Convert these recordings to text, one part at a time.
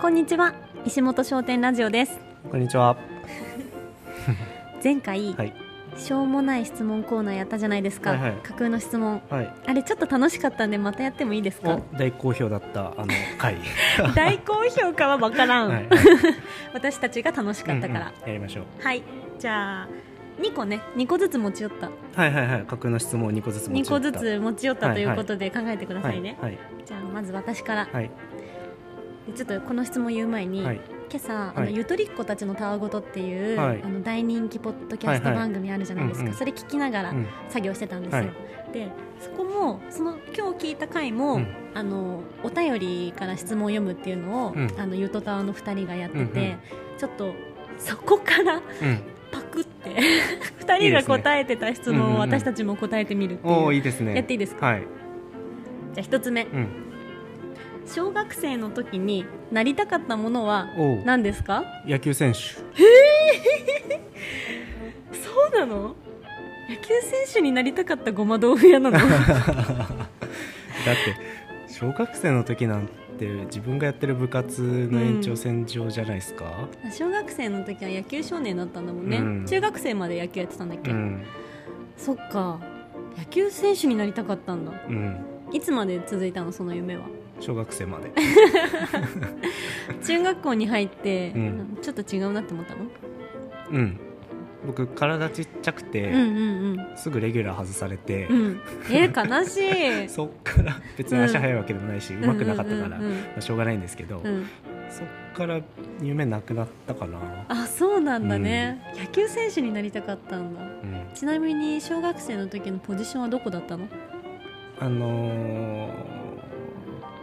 こんにちは石本商店ラジオですこんにちは。前回、はい。しょうもない質問コーナーやったじゃないですか、はいはい架空の質問はい。あれちょっと楽しかったんでまたやってもいいですかお大好評だった あの回。大好評かは分からん、はい。私たちが楽しかったから、うんうんやりましょう。はいじゃあ2個ね2個ずつ持ち寄ったはいはいはい。架空の質問を二個ずつ持2ち寄個った。ずつ持ち寄ったはといいはういことで考えてくださいね、はいじゃあまず私から、はいでちょっとこの質問言う前に、はい今朝、あはのいゆとりっ子たちのたわごとっていう、はいあの大人気ポッドキャストはいはい番組あるじゃないですか、うんうんそれ聞きながらうん作業してたんですよ、はいでそこもその今日聞いた回も、うんあのお便りから質問を読むっていうのを、うんあのゆとたわの2人がやってて、うんうんちょっとそこからうん。パクって 2人が答えてた質問をいいですねうんうんうん私たちも答えてみるっていう,、おおいいですね。やっていいですかはい。じゃあ1つ目うん。小学生の時になりたかったものはおお。何ですか野球選手。そうなの野球選手になりたかったごま豆腐屋 なのだって小学生の時なんて自分がやってる部活の延長線上じゃないですか。小学生の時は野球少年だったんだもんね、うん中学生まで野球やってたんだっけ、うんそっか野球選手になりたかったんだうん。いつまで続いたのその 夢は小学 生まで。中学校に入って、うんちょっと違うなって思ったの、うん。僕体ちっちゃくて、うんうんすぐレギュラー外されて。うんうんえー、悲しい そっから別に足速いわけでもないし、うまくなかったから、うんうんまあしょうがないんですけど、うんうんそっから夢なくなったかな、あそうなんだね、野球選手になりたかったんだうん、ちなみに小学生の時のポジションはどこだったのあのー、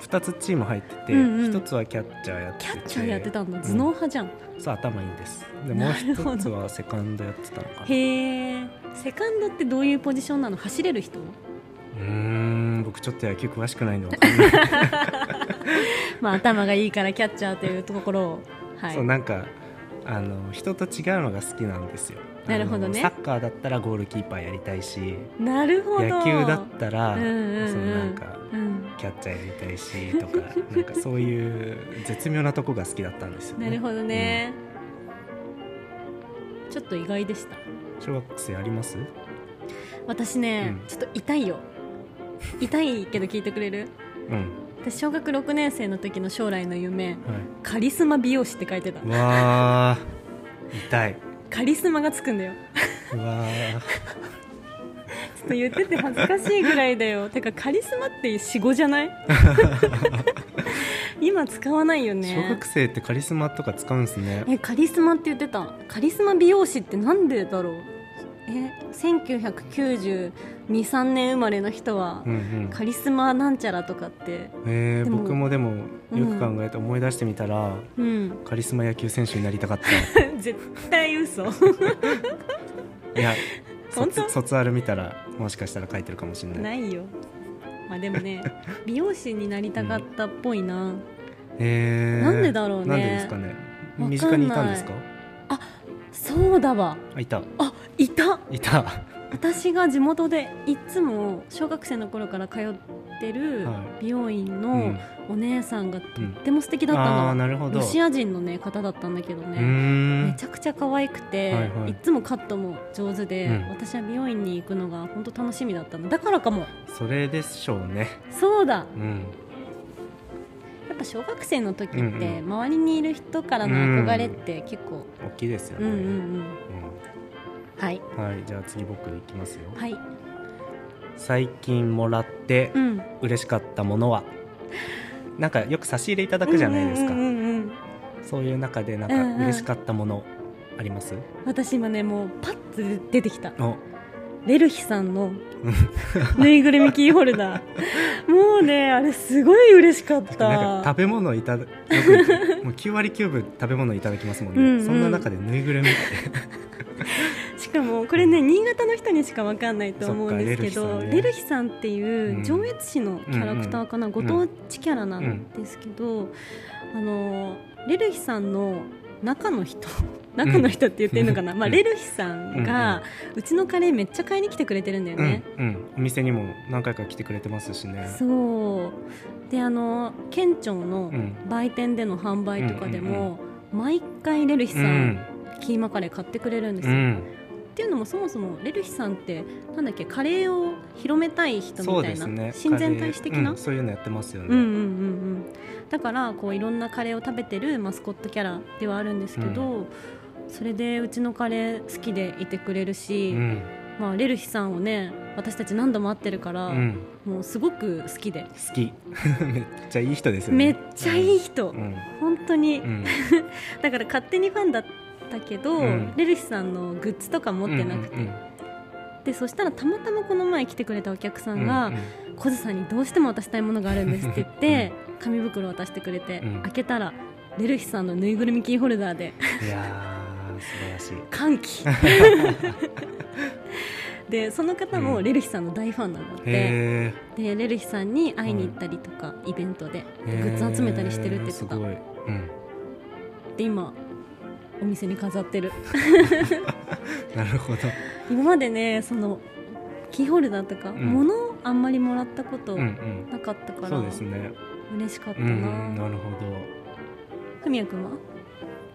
2つチーム入ってて、一うんうん1つはキャッチャーやってキてャッチャーやってたんだん頭脳派じゃん、そう頭いいんですでもうなるほど1つはセカンドやってたのかなうへえセカンドってどういうポジションなの走れる人ーん僕ちょっと野球詳しくないんでわかんない、まあ頭がいいからキャッチャーというところをはいそうなんかあの人と違うのが好きなんですよなるほどねあのサッカーだったらゴールキーパーやりたいしなるほど野球だったら、うんうんうんそのなんかうんキャッチャーやりたい しとかなんかそういう絶妙なとこが好きだったんですよ、ね、なるほどね、ちょっと意外でしたうん、小学生あります私ね、うんちょっと痛いよ痛いけど聞いてくれるうん私小学6年生の時の将来の夢はカリスマ美容師って書いてた いわあ痛いカリスマがつくんだようわーちょっと言ってて恥ずかしいぐらいだ よ。てかカリスマって死語じゃない今使わないよ小ね学。生ってカリスマとか使うんですねえ、カリスマって言ってた。カリスマ美容師ってなんでだろうえ、1992、3年生まれの人はう、んうんカリスマなんちゃらとかって、えでー、も僕もでもよく考えて思い出してみたら、うん。 カリスマ野球選手になりたかっ絶対 嘘。たいや本卒当卒アル見たらもしかしたら書いてるかもしれないないよ。まあでも ね、美容師になりたかったっぽいな。えー、なんでだろうねなんでですかねかんない身近にいたんですかそうだわ。あいたあ、いたいた私が地元でいつも小学生の頃から通ってるは美容院うのんお姉さんがとうんっても素敵だったあの、あなるほどロシア人の、ね、方だったんだけどうね、ーめんちゃくちゃ可愛くて、はいいはいつもカットも上手で、うん私は美容院に行くのが本当楽しみだったのだからかもそれでしょうねそうだうんやっぱ小学生の時ってうんうん周りにいる人からの憧れって結構、大きいですようね、ん、うんうんはいうんはいじゃあ次僕いきますよはい、最近もらってうん、嬉しかったものは、なんかよく差し入れいただくじゃないですか、うんうんうんうんそういう中でなんうんうんか嬉しかったものあります、私今ねもうパッと出てきたおレルヒさんの ぬいぐるみキーホルダーもうねあれすごい嬉しかっなんかた食べ物いただよくもう9割9分食べ物いただきますもんね、うんうんそんな中でぬいぐるみってしかもこれね新潟の人にしかわかんないと思うんですけそっどかレレルルヒさんっていう上越市のキャラクターかな、ご当地キャラなんですけど、あのレルヒさんの中の人中の人って言ってるのかな、うんまあ、レルヒさんが、うちのカレーめっちゃ買いに来てくれてるんだようねん、、うん、お店にも何回か来てくれてますしねそうであの県庁のうん売店での販売とかでうんも、毎回レルヒさ、うんんキーマカレー買ってくれるんですうよ、ん、っていうのもそもそもレルヒさんってなんだっけカレーを広めたい人そうみたでいな、すね親善大使的カレーな、うんそういうのやってますよねうんうんうんうん、だからこういろんなカレーを食べてるマスコットキャラではあるんですけど、それでうちのカレー好きでいてくれるし、うんまあ、レルヒさんをね私たち何度も会ってるから、うんもうすごく好きで、好き めっちゃいい人ですよねめっちゃいい人、うん本当に、うんだから勝手にファンだったけど、うんレルヒさんのグッズとか持ってなくて、うんでそしたらたまたまこの前来てくれたお客さうんんがうん「小津さんにどうしても渡したいものがあるんです」って言って紙袋を渡してくれて、うん開けたらレルヒさんのぬいぐるみキーホルダーでいやー素晴らしい歓 喜でその方もうんレルヒさんの大ファンなので,、へでレルヒさんに会いに行ったりとか、イベントでえグッズ集めたりしてるって言ってすたごい、うん、で今お店に飾ってるなるほど今までねそのキーホルダーとか、ん物をあんまりもらったことうんうなんかったから、そうですね嬉しかったうんうんななるほどふみやくんは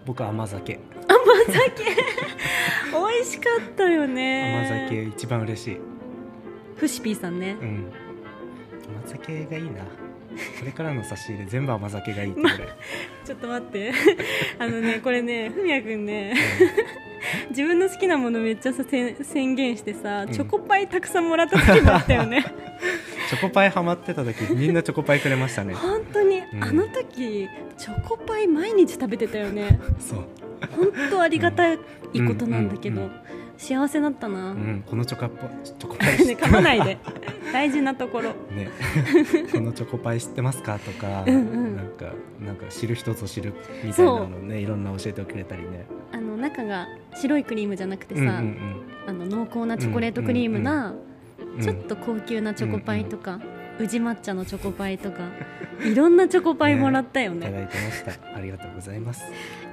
僕甘酒美味しかったよね甘酒一番嬉しい、フシピーさんねうん、甘酒がいいなこれからの差し入れ全部甘酒がいいって俺、 ちょっと待って あのねこれねふみやくんね自分の好きなものめっちゃさせん宣言してさんチョコパイたくさんもらった時もあったよ ねチョコパイハマってた時みんなチョコパイくれましたね本当に、うんあの時チョコパイ毎日食べてたよねそう、本当ありがたいことなんだけど、うんうん幸せだったな、うねん、このチョコパイチョコパイ知って噛まないで大事なところ ね、このチョコパイ知ってますかとか、うんうんなんかなんか知る人ぞ知るみたいなのねいろんな教えてくれたりね。あの中が白いクリームじゃなくてさ、うんうんあの濃厚なチョコレートクリームな、うんちょっと高級なチョコパイとか、宇治抹茶のチョコパイとか、 いろんなチョコパイもらったよいたね。だいてました。ありがとうございます。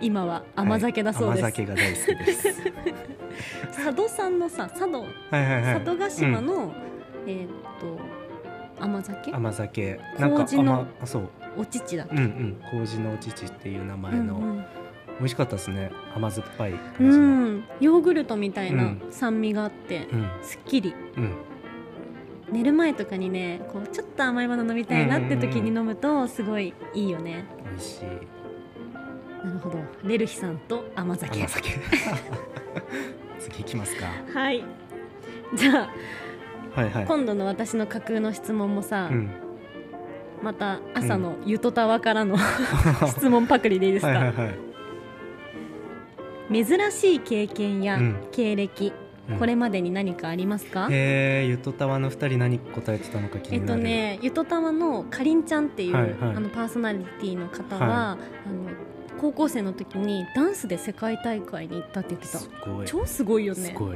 今は甘酒だそうです。はい甘酒が大好 きです。佐渡さんのさ、佐渡、はいはいはい。佐渡島の、えーっと。甘酒うん、甘酒なんか麹の甘あそうお乳だっけ。うんうん麹のお乳っていう名前の、うん美味しかったですね甘酸っぱい感うじのうんん、うんヨーグルトみたいうなん酸味があって、うんすっきり。うん寝る前とかにね、こうちょっと甘いもの飲みたいなって時に飲むと、すごいいいよね。美味しいなるほど、レルヒさんと甘酒。甘酒次行きますかはい。じゃあ、はいはい今度の私の架空の質問もさ、うんまた朝のゆとたわから の、質問パクリでいいですか、はいはいはい珍しい経験やうん経歴、うんこれまでに何かありますか、へえゆとたわの二人何答えてたのか気えにっなとる、ね、ゆとたわのかりんちゃんっていう、はいはいあのパーソナリティの方は、はあの高校生の時にダンスで世界大会に行ったって言ってたすごい超すごいよすねごい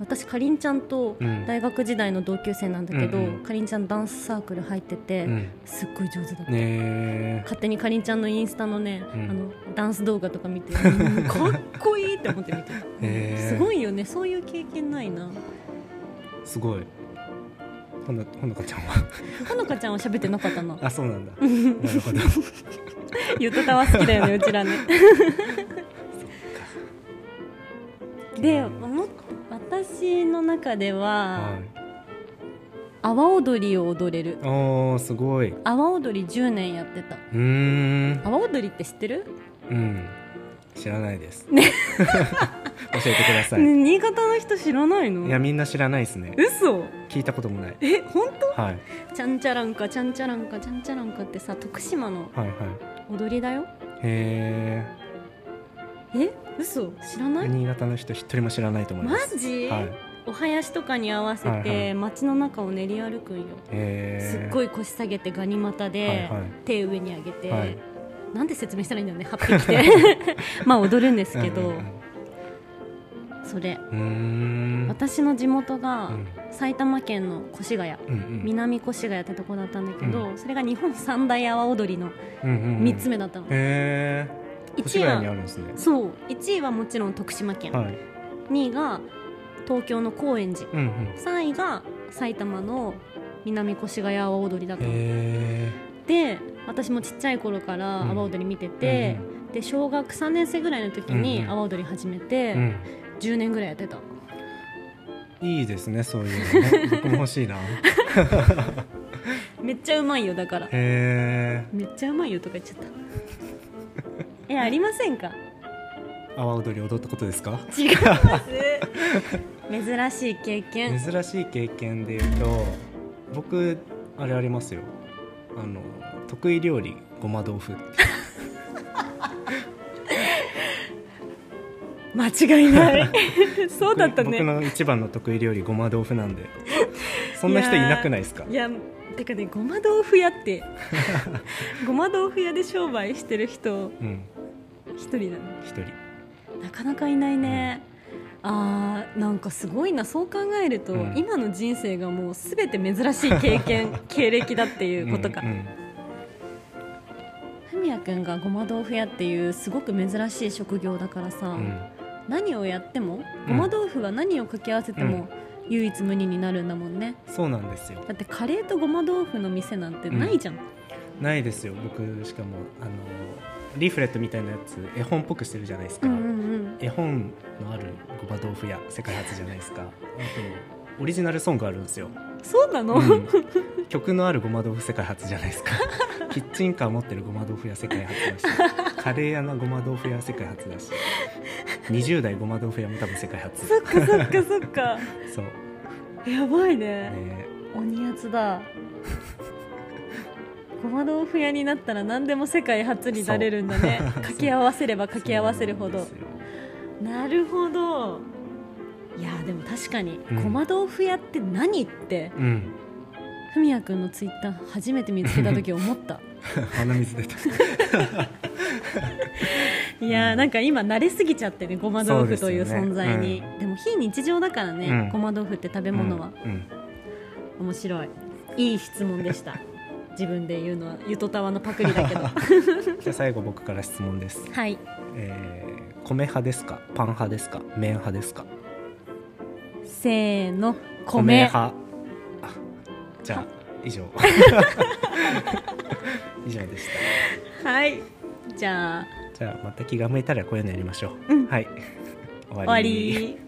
私かりんちゃんとうん大学時代の同級生なんだけど、うんうんかりんちゃんダンスサークル入ってて、うんすっごい上手だった、ね勝手にかりんちゃんのインスタのね、うんあのダンス動画とか見てうんかっこいいって思って見てた、へーすごいよねそういう経験ないなーすごいほのほのかちゃんは ほのかちゃんは喋ってなかったなあそ うなんだなるほどそっかゆとたわ好きだよね うちらねでも私の中ではは阿波踊りを踊れるいおーすごいう阿波踊り10年やってたーん阿波踊りって知ってる、うん知らないです、 教えてください、ね新潟の人知らないのいやみんな知らないですね嘘聞いたこともないえ本当はいちゃんちゃらんかちゃんちゃらんかちゃんちゃらんかってさ徳島のはいはい踊りだよへえ嘘知らなえい新潟の人一人も知らないと思いマますジ、はいお囃子とかに合わせはいはてい街の中を練り歩くんよ、へえすっごい腰下げてガニ股で、はいはい手上に上げて、はいなんで説明したらいいんだろうね8匹 でまあ踊るんですけど、うんうんうんそれうーん私の地元がうん埼玉県の越谷うんうん南越谷ってとこだったんだけど、うそれが日本三大阿波踊りのうんうんうん3つ目だったの、へえ越1位谷にあはるんですねそう1位はもちろん徳島県、はい2位が東京の高円寺うんうん3位が埼玉の南越谷阿波踊りだったのへで私もちっちゃい頃から阿波踊り見てえて、で小学3年生ぐらいの時うにんうん阿波踊り始めて、うんうん10年ぐらいやってたいいですねそういうの ね僕も欲しいなへめっちゃうまいよだからえめっちゃうまいよとか言っちゃった えありませんか阿波踊り踊ったことですか違います 珍しい経験珍しい経験で言うと僕あれありますよあの得意料理ごま豆腐間違いない そうだった僕僕ねの一番の得意料理ごま豆腐なんで そんな人いなくないですかいやてかねごま豆腐屋って ごま豆腐屋で商売してる人うん一人なの一人なかなかいないね、あーなんかすごいなそう考えると、うん今の人生がもうすべて珍しい経 験経歴だっていうことかうんうんふみやくんがごま豆腐屋っていうすごく珍しい職業だからさ、うん何をやってもうごんま豆腐は何を掛け合わせても唯一無二になるんだもんねそうなんですよだってカレーとごま豆腐の店なんてないじゃん、ないですよ僕しかもあのリーフレットみたいなやつ絵本っぽくしてるじゃないですうか、ん、うん絵本のあるごま豆腐屋世界初じゃないですかあとオリジナルソングあるんですうよんそうなの、うん曲のあるごま豆腐世界初じゃない ですかキッチンカー持ってるごま豆腐屋世界初だしカレー屋のごま豆腐屋世界初だし20代ごま豆腐屋も多分世界初そっかそっかそっ かそうやばいねね鬼奴だ ごま豆腐屋になったら何でも世界初になれるんだね掛け合わせれば掛け合わせるほどそうなんですなるよほどいやでも確かに、うんごま豆腐屋って何ってうん ふみやくんのツイッター初めて見つけた時思った 鼻水出たいやーなんか今慣れすぎちゃってねごま豆腐というそうですよね存在にで,、も非日常だからね、うんごま豆腐って食べ物は、うんうん面白いいい質問でした自分で言うのはゆとたわのパクリだけ どじゃあ最後僕から質問です、はいえー米派ですかパン派ですか麺派ですかせーの米米派あじゃあ 以上 以上でしたはいじゃあじゃあまた気が向いたらこういうのやりましょう。うんはい。終終わり